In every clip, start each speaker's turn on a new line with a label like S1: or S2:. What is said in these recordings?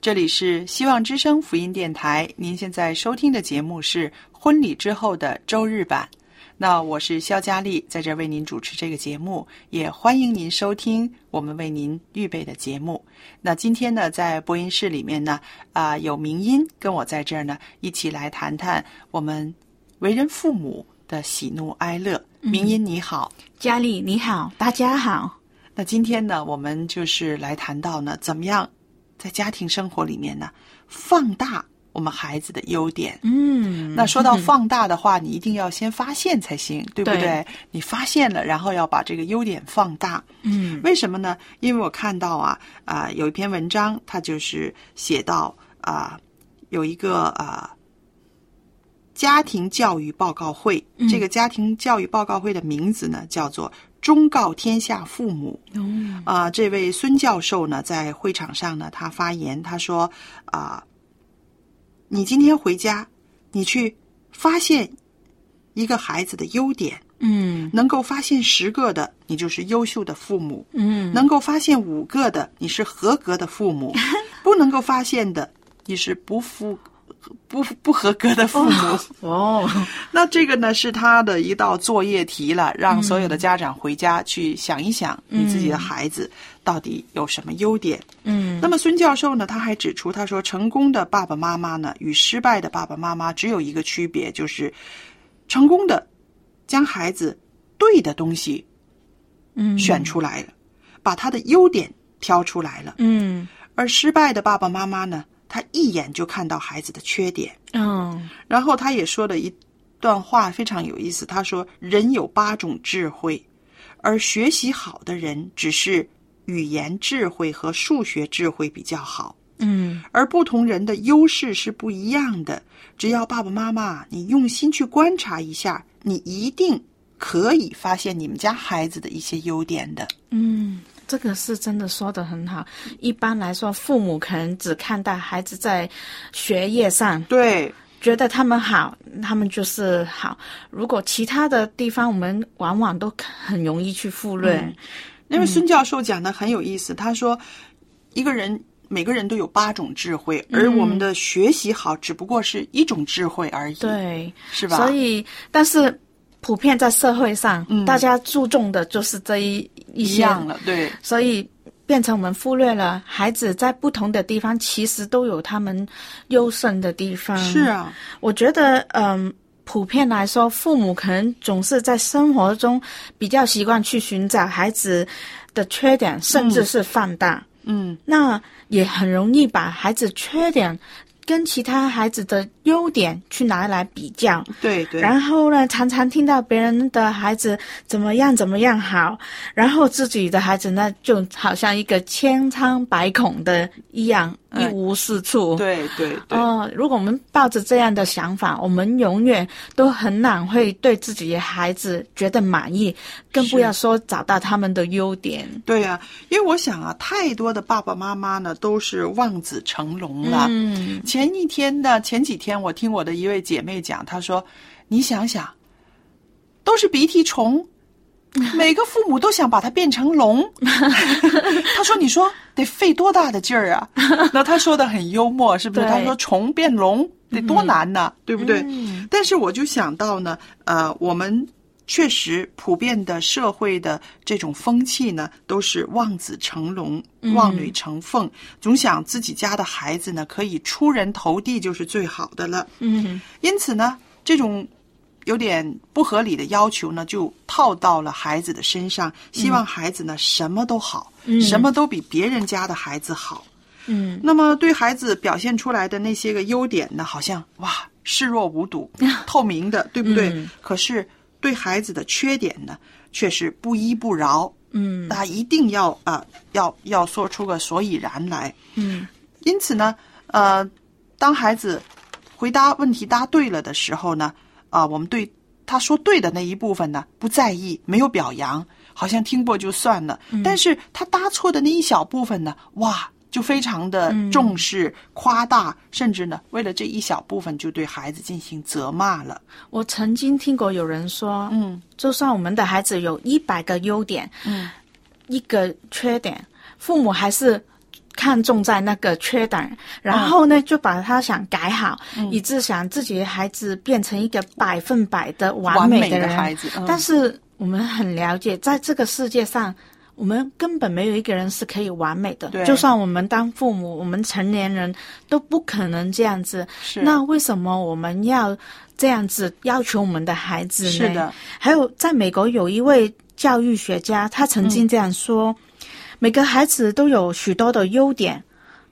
S1: 这里是希望之声福音电台。您现在收听的节目是《婚礼之后的周日版》。那我是肖佳丽，在这为您主持这个节目，也欢迎您收听我们为您预备的节目。那今天呢，在播音室里面呢，啊、有明音跟我在这儿呢，一起来谈谈我们为人父母的喜怒哀乐。明音你好，
S2: 佳丽你好，大家好。
S1: 那今天呢，我们就是来谈到呢，怎么样在家庭生活里面呢，放大我们孩子的优点。
S2: 嗯，
S1: 那说到放大的话，你一定要先发现才行，对不对？
S2: 对
S1: 你发现了，然后要把这个优点放大。
S2: 嗯
S1: 为什么呢？因为我看到啊啊、有一篇文章，它就是写到啊、有一个啊、家庭教育报告会，
S2: 嗯
S1: 这个家庭教育报告会的名字呢叫做“忠告天下父母”。
S2: 哦
S1: 啊、这位孙教授呢，在会场上呢，他发言，他说：“啊、你今天回家，你去发现一个孩子的优点，
S2: 嗯
S1: 能够发现十个的，你就是优秀的父母；
S2: 嗯
S1: 能够发现五个的，你是合格的父 母；不能够发现的，你是不符不不合格的父母。
S2: 哦，
S1: 那这个呢是他的一道作业题了，让所有的家长回家去想一想，你自己的孩子到底有什么优点。
S2: 嗯
S1: 那么孙教授呢，他还指出，他说成功的爸爸妈妈呢与失败的爸爸妈妈只有一个区别，就是成功的将孩子对的东西
S2: 嗯
S1: 选出来了，把他的优点挑出来了，
S2: 嗯
S1: 而失败的爸爸妈妈呢，他一眼就看到孩子的缺点。
S2: 哦
S1: 然后他也说了一段话非常有意思，他说：“人有八种智慧，而学习好的人只是语言智慧和数学智慧比较好，
S2: 嗯
S1: 而不同人的优势是不一样的。只要爸爸妈妈你用心去观察一下，你一定可以发现你们家孩子的一些优点的。
S2: 嗯，这个是真的说的很好。一般来说，父母可能只看到孩子在学业上，
S1: 对，
S2: 觉得他们好，他们就是好。如果其他的地方，我们往往都很容易去忽略。
S1: 因为孙教授讲的很有意思，他说一个人每个人都有八种智慧，
S2: 嗯
S1: 而我们的学习好只不过是一种智慧而已，，
S2: 对，
S1: 是吧？
S2: 所以，但是普遍在社会上，
S1: 嗯
S2: 大家注重的就是这一一
S1: 一
S2: 些
S1: 样了，对
S2: 所以变成我们忽略了孩子在不同的地方其实都有他们优胜的地方。
S1: 是，啊，
S2: 我觉得，嗯，普遍来说，父母可能总是在生活中比较习惯去寻找孩子的缺点，甚至是放大，
S1: 嗯，
S2: 那也很容易把孩子缺点。跟其他孩子的优点去拿来比较，
S1: 对对，
S2: 然后呢，常常听到别人的孩子怎么样怎么样好，然后自己的孩子呢，就好像一个千疮百孔的一样，一
S1: 嗯
S2: 无是处。
S1: 对对对，
S2: 哦，如果我们抱着这样的想法，我们永远都很难会对自己的孩子觉得满意，更不
S1: 是
S2: 要说找到他们的优点。
S1: 对呀、因为我想啊，太多的爸爸妈妈呢都是望子成龙了。
S2: 嗯，
S1: 前一天呢，前几天我听我的一位姐妹讲，她说：“你想想，都是鼻涕 虫，每个父母都想把它变成龙。”她说：“你说得费多大的劲儿啊？”那她说的很幽默，是不是？
S2: 对
S1: 她说：“虫变龙得多难呐，对不对？”
S2: 嗯
S1: 但是我就想到呢，呃，我们确实普遍的社会的这种风气呢，都是望子成龙、
S2: 嗯
S1: 望女成凤，总想自己家的孩子呢可以出人头地就是最好的了。
S2: 嗯，
S1: 因此呢，这种有点不合理的要求呢，就套到了孩子的身上，希望孩子呢、什么都好，
S2: 嗯
S1: 什么都比别人家的孩子好。
S2: 嗯，
S1: 那么对孩子表现出来的那些个优点呢，好像哇视若无 睹、透明的，对不对？
S2: 嗯
S1: 可是对孩子的缺点呢，却是不依不饶。
S2: 嗯，
S1: 他一定要啊、要要说出个所以然来。
S2: 嗯，
S1: 因此呢，呃，当孩子回答问题答对了的时候呢，啊、我们对他说对的那一部分呢不在意，没有表扬，好像听过就算了。但是他答错的那一小部分呢，哇，就非常的重视、夸大，甚至呢，为了这一小部分就对孩子进行责骂了。
S2: 我曾经听过有人说，
S1: 嗯，
S2: 就算我们的孩子有一百个优点，
S1: 嗯，
S2: 一个缺点，父母还是看重在那个缺
S1: 哦
S2: 点，然后呢、就把他想改好，
S1: 嗯
S2: 以致想自己的孩子变成一个百分百的完
S1: 美
S2: 的人。
S1: 孩子，嗯
S2: 但是我们很了解，在这个世界上。我们根本没有一个人是可以完美的
S1: 对，
S2: 就算我们当父母，我们成年人都不可能这样子。
S1: 是
S2: 那为什么我们要这样子要求我们的孩子呢？
S1: 是的，
S2: 还有，在美国有一位教育学家，他曾经这样说：每个孩子都有许多的优点，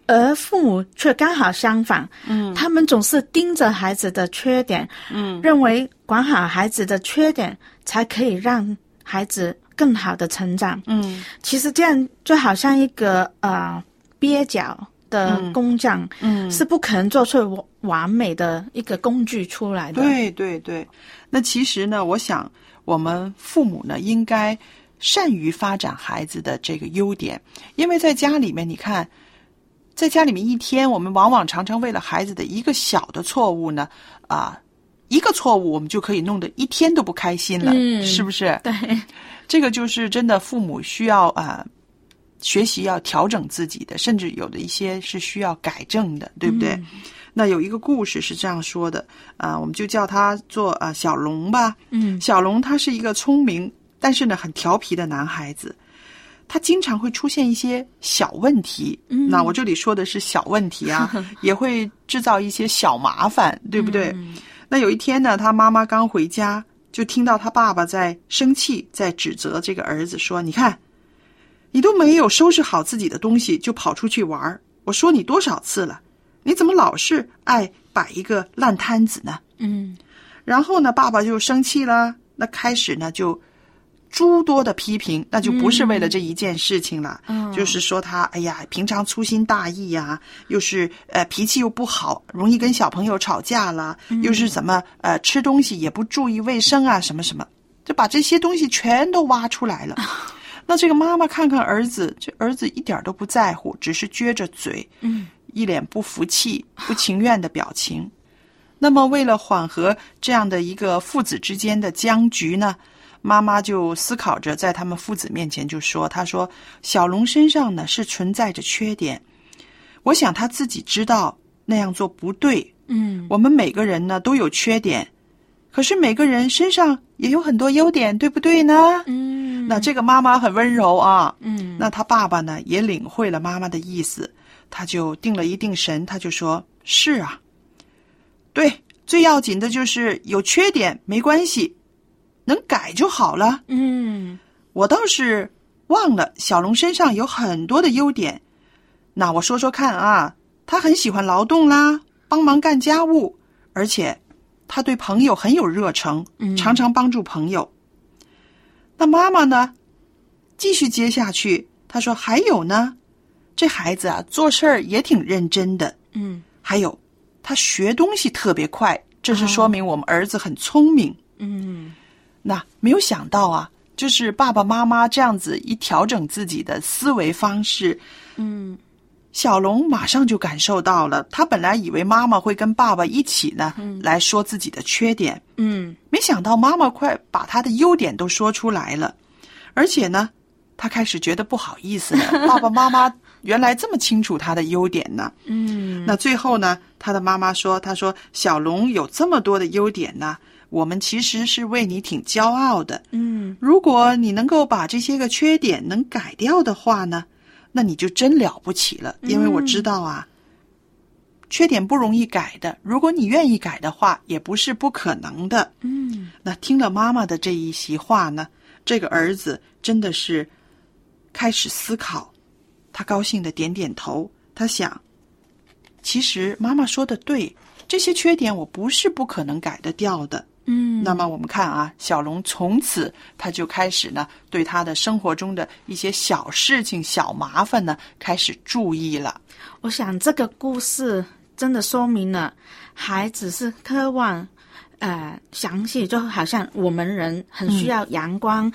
S2: 而父母却刚好相反。嗯，他们总是盯着孩子的缺点，嗯，认为管好孩子的缺点才可以让孩子更好的成长。
S1: 嗯
S2: 其实这样就好像一个呃蹩脚的工匠，
S1: 嗯，
S2: 是不可能做出完完美的一个工具出来的。
S1: 对对对，那其实呢，我想我们父母呢，应该善于发展孩子的这个优点，因为在家里面，你看，在家里面一天，我们往往常常为了孩子的一个小的错误呢，啊、一个错误我们就可以弄得一天都不开心了，
S2: 嗯
S1: 是不是？
S2: 对，
S1: 这个就是真的，父母需要啊、学习要调整自己的，甚至有的一些是需要改正的，对不对？
S2: 嗯
S1: 那有一个故事是这样说的啊、我们就叫他做啊、小龙吧。
S2: 嗯
S1: 小龙他是一个聪明，但是呢很调皮的男孩子，他经常会出现一些小问题。
S2: 嗯
S1: 那我这里说的是小问题 啊，也会制造一些小麻烦，对不对？
S2: 嗯
S1: 那有一天呢，他妈妈刚回家，就听到他爸爸在生气，在指责这个儿子说：“你看，你都没有收拾好自己的东西就跑出去玩儿，我说你多少次了，你怎么老是爱摆一个烂摊子呢？”
S2: 嗯
S1: 然后呢，爸爸就生气了，那开始呢就诸多的批评，那就不是为了这一件事情了，
S2: 嗯
S1: 就是说他哎呀，平常粗心大意呀、又是呃脾气又不好，容易跟小朋友吵架啦，
S2: 嗯
S1: 又是怎么呃吃东西也不注意卫生啊，什么什么，就把这些东西全都挖出 来了。那这个妈妈看看儿子，这儿子一点儿都不在乎，只是撅着嘴，
S2: 嗯
S1: 一脸不服气、不情愿的表情。那么，为了缓和这样的一个父子之间的僵局呢，妈妈就思考着，在他们父子面前就说：“她说，小龙身上呢是存在着缺点，我想他自己知道那样做不对。
S2: 嗯
S1: 我们每个人呢都有缺点，可是每个人身上也有很多优点，对不对呢？”
S2: 嗯
S1: 那这个妈妈很温柔啊，
S2: 嗯
S1: 那他爸爸呢也领会了妈妈的意思，他就定了一定神，他就说：“是啊，对，最要紧的就是有缺点没关系，能改就好了。
S2: 嗯
S1: 我倒是忘了小龙身上有很多的优点，那我说说看啊，他很喜欢劳动啦，帮忙干家务，而且他对朋友很有热诚，常常帮助朋友。那妈妈呢？继续接下去，她说：“还有呢，这孩子啊，做事儿也挺认真的。
S2: 嗯
S1: 还有，他学东西特别快，这是说明我们儿子很聪明。
S2: 嗯
S1: 那没有想到啊，就是爸爸妈妈这样子一调整自己的思维方式，
S2: 嗯
S1: 小龙马上就感受到了。他本来以为妈妈会跟爸爸一起呢、来说自己的缺点，
S2: 嗯
S1: 没想到妈妈快把他的优点都说出来了，而且呢，他开始觉得不好意思了。爸爸妈妈原来这么清楚他的优点呢。
S2: 嗯
S1: 那最后呢，他的妈妈说：“他说小龙有这么多的优点呢，我们其实是为你挺骄傲的。
S2: 嗯
S1: 如果你能够把这些个缺点能改掉的话呢，那你就真了不起了。
S2: 嗯
S1: 因为我知道啊，缺点不容易改的，如果你愿意改的话，也不是不可能的。
S2: 嗯
S1: 那听了妈妈的这一席话呢，这个儿子真的是开始思考，他高兴的点点头，他想，其实妈妈说的对，这些缺点我不是不可能改得掉的。
S2: 嗯
S1: 那么我们看啊，小龙从此他就开始呢，对他的生活中的一些小事情、小麻烦呢，开始注意了。
S2: 我想这个故事真的说明了，孩子是渴望，呃，详细，就好像我们人很需要阳光、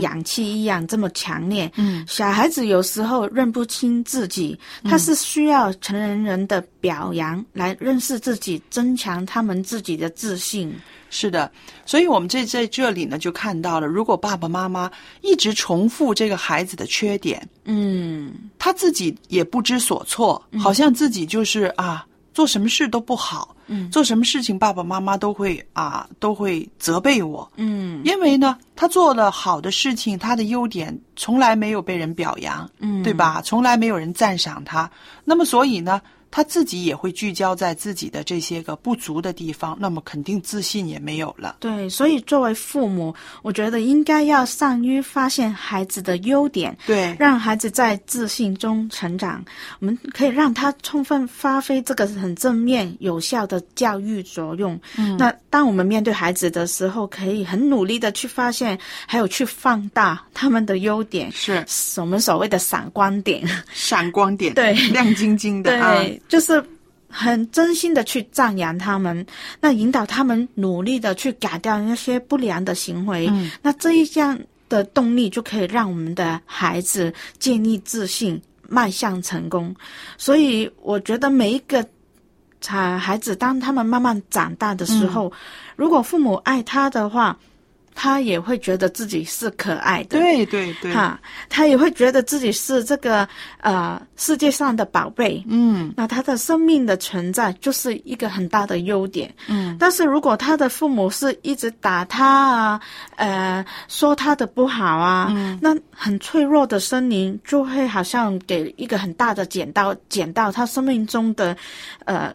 S2: 氧气一样这么强烈。
S1: 嗯，
S2: 小孩子有时候认不清自己，他是需要成年人的表扬来认识自己，增强他们自己的自信。
S1: 是的，所以我们这在这里呢，就看到了，如果爸爸妈妈一直重复这个孩子的缺点，
S2: 嗯
S1: 他自己也不知所措，好像自己就是啊，做什么事都不好，
S2: 嗯
S1: 做什么事情爸爸妈妈都会啊都会责备我，
S2: 嗯
S1: 因为呢，他做了好的事情，他的优点从来没有被人表扬，
S2: 嗯，
S1: 对？吧？从来没有人赞赏他，那么所以呢，他自己也会聚焦在自己的这些个不足的地方，那么肯定自信也没有了。
S2: 对，所以作为父母，我觉得应该要善于发现孩子的优点，
S1: 对，
S2: 让孩子在自信中成长，我们可以让他充分发挥这个很正面、有效的教育作用。嗯，那当我们面对孩子的时候，可以很努力的去发现，还有去放大他们的优点，
S1: 是
S2: 我们所谓的闪光点。
S1: 闪光点，
S2: 对
S1: 亮晶晶的啊，
S2: 对，就是很真心的去赞扬他们，那引导他们努力的去改掉那些不良的行为。
S1: 嗯
S2: 那这一项的动力就可以让我们的孩子建立自信，迈向成功。所以我觉得每一个。啊，孩子，当他们慢慢长大的时候，如果父母爱他的话，他也会觉得自己是可爱的。
S1: 对对对，
S2: 哈，他也会觉得自己是这个呃世界上的宝贝。
S1: 嗯
S2: 那他的生命的存在就是一个很大的优点。
S1: 嗯，
S2: 但是如果他的父母是一直打他啊，呃，说他的不好啊，
S1: 嗯
S2: 那很脆弱的森林就会好像给一个很大的剪刀，剪到他生命中的，呃，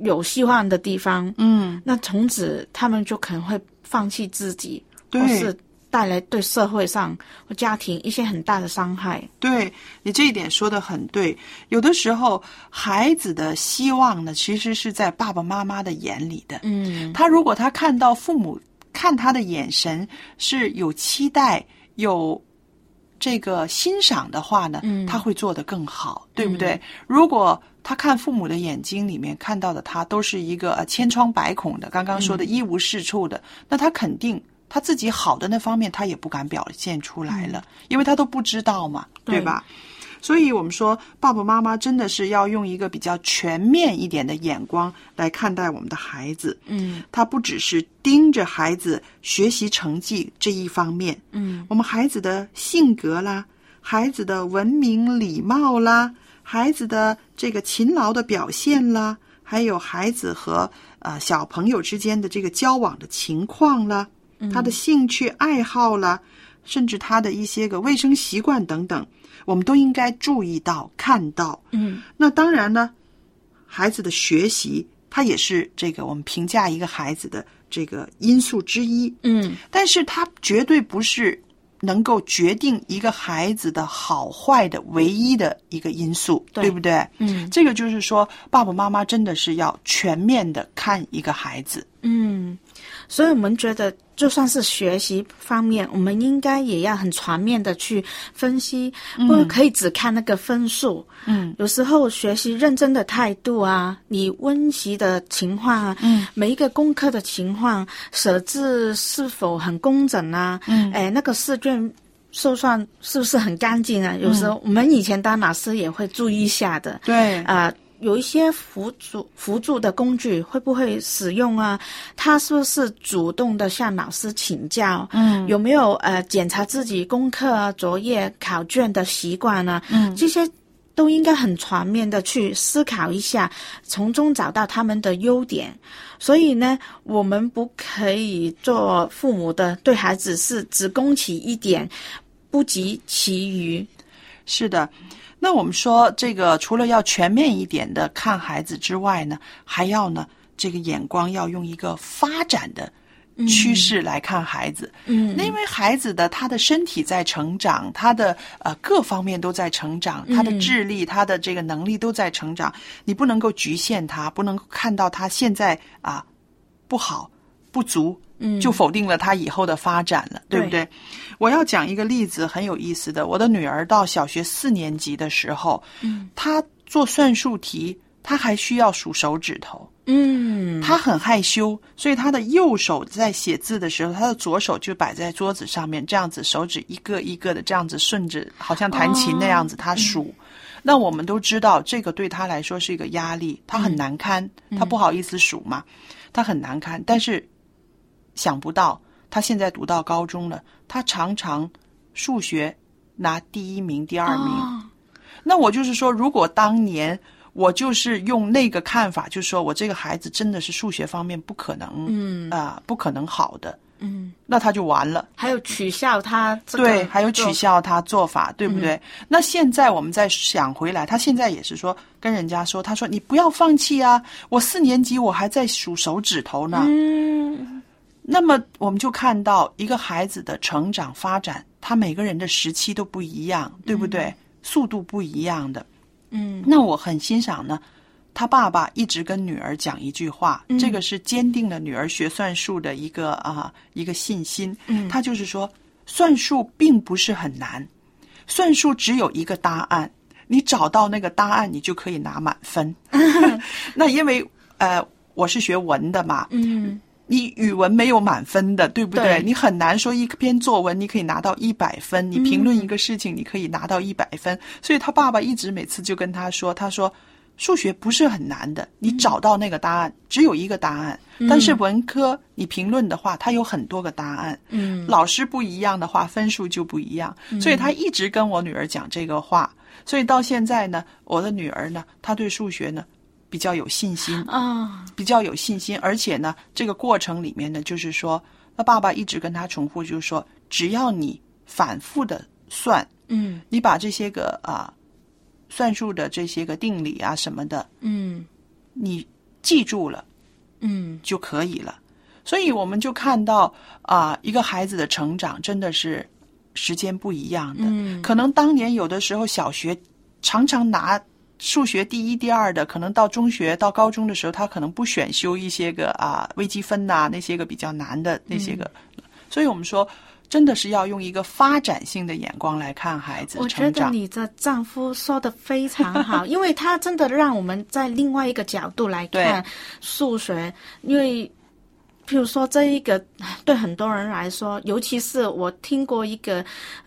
S2: 有希望的地方。
S1: 嗯，
S2: 那从此他们就可能会放弃自己，
S1: 对
S2: 或是带来对社会上或家庭一些很大的伤害。
S1: 对你这一点说的很对。有的时候，孩子的希望呢，其实是在爸爸妈妈的眼里的。
S2: 嗯
S1: 他如果他看到父母看他的眼神是有期待、有这个欣赏的话呢，
S2: 嗯
S1: 他会做得更好，对不对？如果他看父母的眼睛里面看到的他都是一个呃千疮百孔的，刚刚说
S2: 嗯
S1: 的一无是处的，那他肯定。他自己好的那方面，他也不敢表现出来了，因为他都不知道嘛，对
S2: 嗯对
S1: 吧？所以我们说，爸爸妈妈真的是要用一个比较全面一点的眼光来看待我们的孩子。
S2: 嗯
S1: 他不只是盯着孩子学习成绩这一方面，
S2: 嗯
S1: 我们孩子的性格啦，孩子的文明礼貌啦，孩子的这个勤劳的表现啦，还有孩子和呃小朋友之间的这个交往的情况啦，他的兴趣爱好啦，甚至他的一些个卫生习惯等等，我们都应该注意到、看到。
S2: 嗯
S1: 那当然呢，孩子的学习，它也是这个我们评价一个孩子的这个因素之一。
S2: 嗯
S1: 但是它绝对不是能够决定一个孩子的好坏的唯一的一个因素，
S2: 对
S1: 对不对？
S2: 嗯
S1: 这个就是说，爸爸妈妈真的是要全面的看一个孩子。
S2: 嗯，所以我们觉得，就算是学习方面，我们应该也要很全面的去分析，不可以只看那个分数。
S1: 嗯，
S2: 有时候学习认真的态度啊，你温习的情况啊，
S1: 嗯，
S2: 每一个功课的情况，舍字是否很工整啊？嗯，哎，那个试卷。收算是不是很干净
S1: 嗯
S2: 啊？有时候我们以前当老师也会注意一下的。
S1: 对，
S2: 啊、有一些辅助辅助的工具会不会使用啊？他是不是主动的向老师请教？嗯，有没有呃检查自己功课啊、作业、考卷的习惯呢、嗯，这些都应该很全面的去思考一下，从中找到他们的优点。所以呢，我们不可以做父母的对孩子是只攻其一点，不及其余。
S1: 是的。那我们说，这个除了要全面一点的看孩子之外呢，还要呢，这个眼光要用一个发展的趋势来看孩子。
S2: 嗯
S1: 那因为孩子的他的身体在成长，他的呃各方面都在成长，他的智力、他的这个能力都在成长，你不能够局限他，不能够看到他现在啊不好不足，
S2: 嗯
S1: 就否定了他以后的发展了，对不
S2: 对
S1: 对？我要讲一个例子，很有意思的。我的女儿到小学四年级的时候，
S2: 嗯，
S1: 她做算术题，她还需要数手指头。
S2: 嗯，
S1: 他很害羞，所以他的右手在写字的时候，他的左手就摆在桌子上面，这样子手指一个一个的这样子顺着，好像弹琴那
S2: 哦
S1: 样子，
S2: 嗯
S1: 他数。那我们都知道，这个对他来说是一个压力，他很难堪，
S2: 嗯
S1: 他不好意思数嘛，他很难堪。但是想不到，他现在读到高中了，他常常数学拿第一名、第二名。
S2: 哦
S1: 那我就是说，如果当年我就是用那个看法，就是说我这个孩子真的是数学方面不可能，嗯啊、不可能好的，
S2: 嗯。
S1: 那他就完了。
S2: 还有取笑他、这个，
S1: 对，还有取，笑他做法，对
S2: 嗯
S1: 不对？那现在我们再想回来，他现在也是说跟人家说，他说你不要放弃啊，我四年级我还在数手指头呢。
S2: 嗯
S1: 那么我们就看到一个孩子的成长发展，他每个人的时期都不一样，对不对？速度不一样的。
S2: 嗯
S1: 那我很欣赏呢，他爸爸一直跟女儿讲一句话，这个是坚定了女儿学算术的一个啊、一个信心。
S2: 嗯
S1: 他就是说，算术并不是很难，算术只有一个答案，你找到那个答案，你就可以拿满分。 那因为呃，我是学文的嘛，
S2: 嗯
S1: 你语文没有满分的，对不对？
S2: 对
S1: 你很难说一篇作文你可以拿到一百分，你评
S2: 嗯
S1: 论一个事情你可以拿到一百分。所以他爸爸一直每次就跟他说，他说数学不是很难的，你找到那个答案、只有一个答案，
S2: 嗯
S1: 但是文科你评论的话，它有很多个答案。
S2: 嗯
S1: 老师不一样的话，分数就不一样。所以他一直跟我女儿讲这个话。所以到现在呢，我的女儿呢，她对数学呢比较有信心。
S2: 啊，
S1: 比较有信心，而且呢，这个过程里面呢，就是说，他爸爸一直跟他重复，就是说，只要你反复的算，
S2: 嗯
S1: 你把这些个啊算术的这些个定理啊什么的，
S2: 嗯
S1: 你记住了
S2: 嗯
S1: 就可以了。所以我们就看到啊，一个孩子的成长真的是时间不一样的，
S2: 嗯
S1: 可能当年有的时候小学常常拿数学第一、第二的，可能到中学、到高中的时候，他可能不选修一些个啊微积分呐、那些个比较难的那些个，
S2: 嗯
S1: 所以我们说真的是要用一个发展性的眼光来看孩子
S2: 我觉
S1: 成
S2: 得
S1: 长。
S2: 你的丈夫说的非常 好，因为他真的让我们在另外一个角度来看数学，因为。譬如说，这一个对很多人来说，尤其是我听过一个，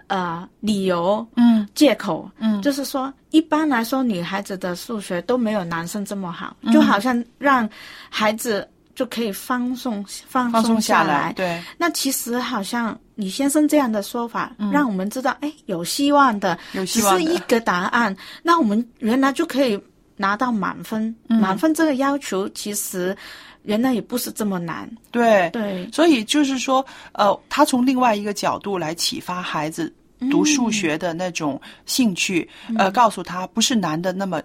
S2: 呃，理由
S1: 嗯
S2: 借口，
S1: 嗯
S2: 就是说，一般来说，女孩子的数学都没有男生这么好，
S1: 嗯
S2: 就好像让孩子就可以放松放
S1: 放松
S2: 松
S1: 下
S2: 来。
S1: 对，
S2: 那其实好像李先生这样的说法，让我们知道，哎，有希望的，
S1: 嗯有希望的
S2: 只是一个答案，那我们原来就可以拿到满分。
S1: 嗯
S2: 满分这个要求，其实原来也不是这么难。
S1: 对，
S2: 对，
S1: 所以就是说，呃，他从另外一个角度来启发孩子读数学的那种兴趣，呃，告诉他不是难的那么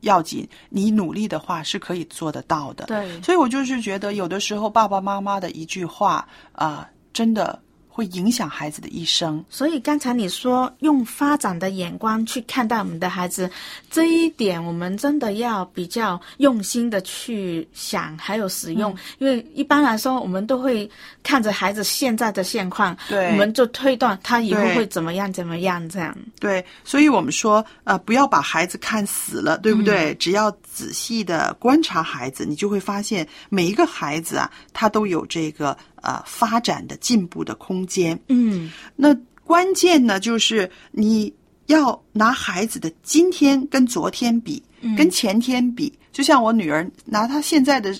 S1: 要紧，你努力的话是可以做得到的。
S2: 对，
S1: 呃所以我就是觉得，有的时候爸爸妈妈的一句话啊、真的。会影响孩子的一生。
S2: 所以刚才你说用发展的眼光去看待我们的孩子，这一点我们真的要比较用心的去想，还有使用，因为一般来说我们都会看着孩子现在的现况，
S1: 对
S2: 我们就推断他以后
S1: 对
S2: 会怎么样怎么样这样。
S1: 对，所以我们说，呃，不要把孩子看死了，对不对？只要仔细的观察孩子，你就会发现每一个孩子啊，他都有这个呃发展的进步的空间。
S2: 嗯，
S1: 那关键呢，就是你要拿孩子的今天跟昨天比，跟前天比。就像我女儿拿她现在的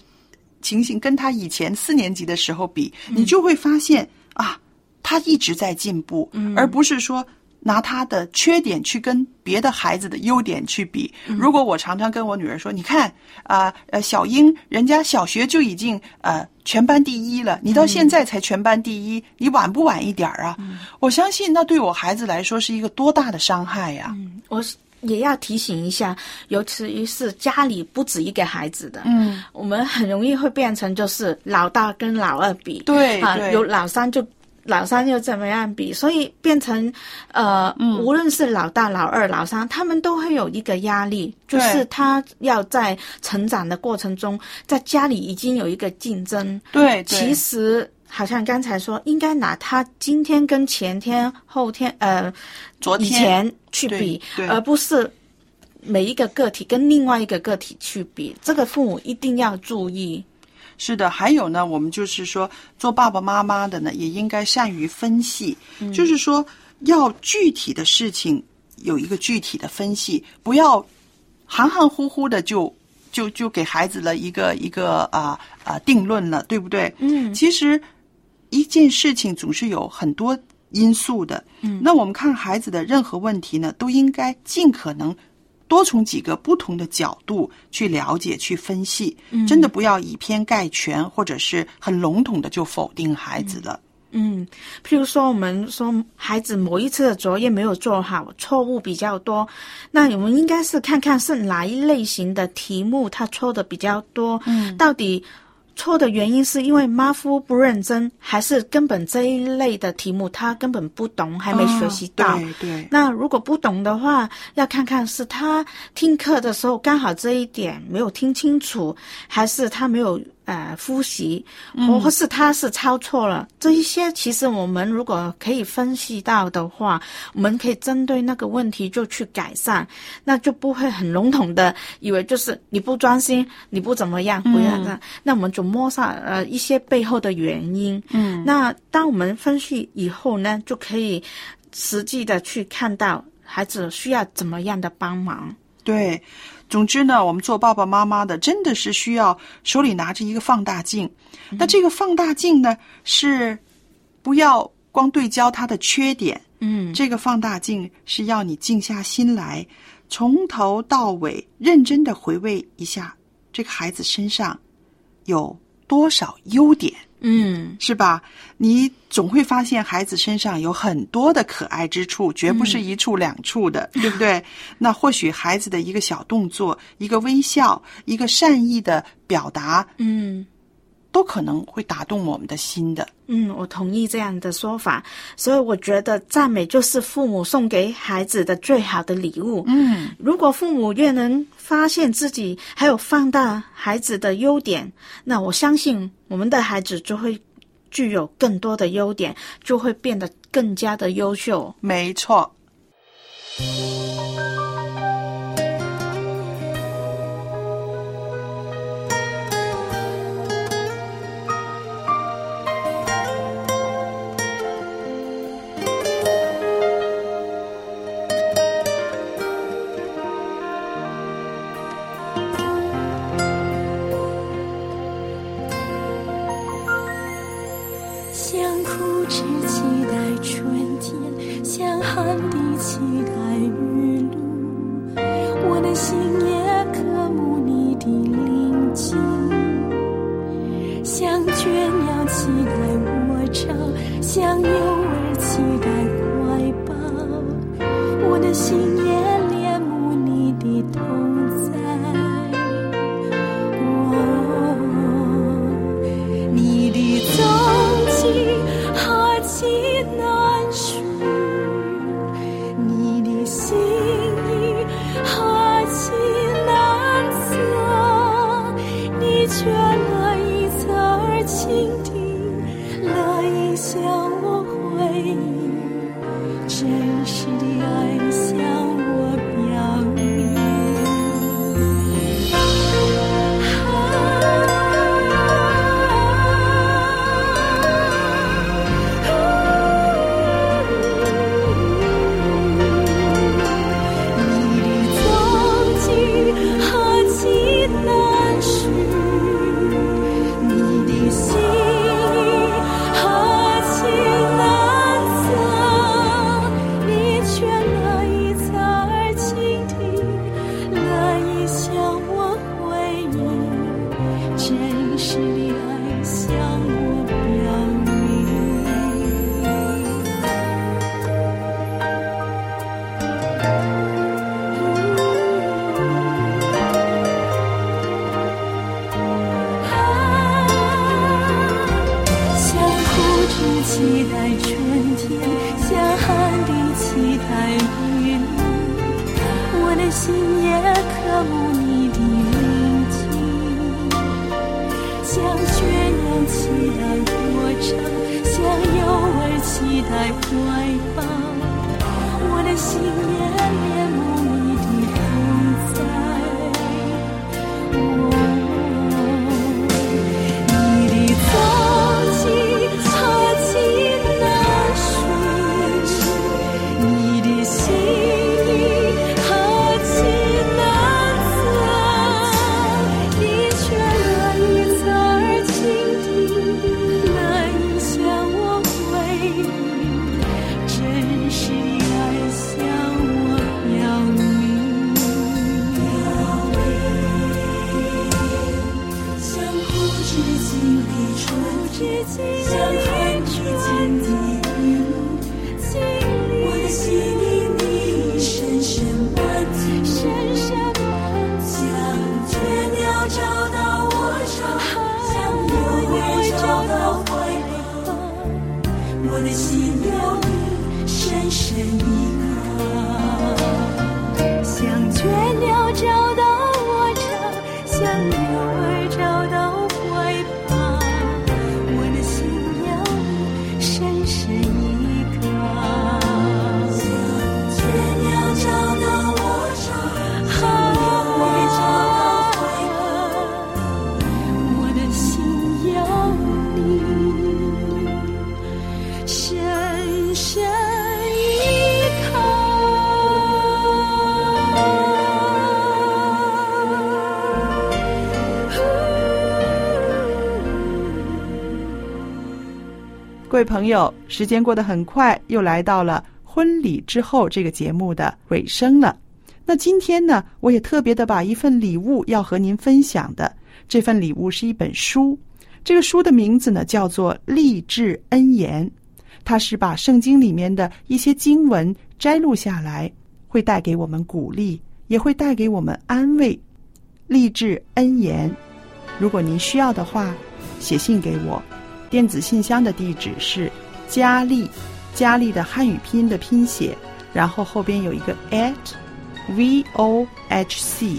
S1: 情形跟她以前四年级的时候比，你就会发现啊，她一直在进步，而不是说。拿她的缺点去跟别的孩子的优点去比。如果我常常跟我女儿说：“你看，啊，呃，小英人家小学就已经呃全班第一了，你到现在才全班第一，你晚不晚一点儿啊？”我相信那对我孩子来说是一个多大的伤害呀、
S2: 我是也要提醒一下，尤其是家里不止一个孩子的，嗯，我们很容易会变成就是老大跟老二比，
S1: 对
S2: 啊，
S1: 对
S2: 有老三就。老三又怎么样比？所以变成，呃，
S1: 嗯
S2: 无论是老大、老二、老三，他们都会有一个压力，就
S1: 对
S2: 是他要在成长的过程中，在家里已经有一个竞争，
S1: 对，
S2: 其实好像刚才说，应该拿他今天跟前天、后天、呃，
S1: 昨天
S2: 以前去比，
S1: 对对
S2: 而不是每一个个体跟另外一个个体去比。这个父母一定要注意。
S1: 是的，还有呢，我们就是说，做爸爸妈妈的呢，也应该善于分析，就是说，要具体的事情有一个具体的分析，不要含含糊糊的就就就给孩子了一个一个啊啊、定论了，对不对？嗯，其实一件事情总是有很多因素的，嗯，那我们看孩子的任何问题呢，都应该尽可能多从几个不同的角度去了解、去分析，真的不要以偏概全，或者是很笼统的就否定孩子了。
S2: 嗯，譬如说，我们说孩子某一次的作业没有做好，错误比较多，那我们应该是看看是哪一类型的题目他错的比较多，嗯，到底错的原因是因为马虎不认真，还是根本这一类的题目他根本不懂，还
S1: 哦
S2: 没学习到。
S1: 对对
S2: 那如果不懂的话，要看看是他听课的时候刚好这一点没有听清楚，还是他没有呃复习，或或是他是抄错了。这一些其实我们如果可以分析到的话，我们可以针对那个问题就去改善，那就不会很笼统的以为就是你不专心，你不怎么样，不要那、那我们就摸上呃一些背后的原因。嗯，那当我们分析以后呢，就可以。实际的去看到孩子需要怎么样的帮忙。
S1: 对，总之呢，我们做爸爸妈妈的真的是需要手里拿着一个放大镜，那这个放大镜呢是不要光对焦他的缺点，
S2: 嗯
S1: 这个放大镜是要你静下心来，从头到尾认真的回味一下这个孩子身上有多少优点，
S2: 嗯
S1: 是吧？你总会发现孩子身上有很多的可爱之处，绝不是一处两处的，对不对？那或许孩子的一个小动作、一个微笑、一个善意的表达，
S2: 嗯
S1: 都可能会打动我们的心的。
S2: 嗯，我同意这样的说法。所以我觉得赞美就是父母送给孩子的最好的礼物。
S1: 嗯，
S2: 如果父母越能发现自己，还有放大孩子的优点，那我相信我们的孩子就会具有更多的优点，就会变得更加的优秀。
S1: 没错。
S3: 像枯枝期待春天，像寒地期待雨露。我的心也渴慕你的宁静，像倦鸟期待窝巢，像幼儿期待怀抱。我的心也恋慕你的同在。哦。你的踪迹和期慕你的宁静，像雀鸟期待我唱，像幼儿期待怀抱，我的心也恋慕你的同在。你的早起擦进汗水，你的心意何其难测，你却愿意侧耳倾听，难以向我回应，真实的爱向我要命。像枯枝静的春，像恨之间的雨露，我的心里你深深满足，深深满足。像雀鸟找到我巢，像幼儿找到怀抱，我的心有你深深依靠。像雀鸟找到我巢，像鸟儿找到怀抱，我的心要你深深依靠。像雀鸟找到我巢，像鸟儿找到怀抱，我的心要你。深深依靠。
S1: 各位朋友，时间过得很快，又来到了婚礼之后这个节目的尾声了。那今天呢，我也特别的把一份礼物要和您分享的，这份礼物是一本书，这个书的名字呢叫做《励志恩言》，它是把圣经里面的一些经文摘录下来，会带给我们鼓励，也会带给我们安慰。励志恩言，如果您需要的话，写信给我。电子信箱的地址是佳丽，佳丽的汉语拼音的拼写，然后后边有一个 at v o h c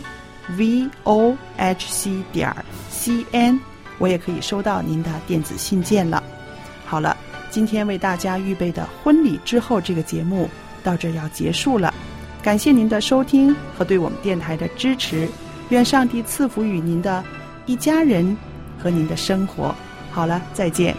S1: v o h c 点 c n，我也可以收到您的电子信件了。好了，今天为大家预备的婚礼之后这个节目到这儿要结束了，感谢您的收听和对我们电台的支持，愿上帝赐福与您的一家人和您的生活。好了，再见。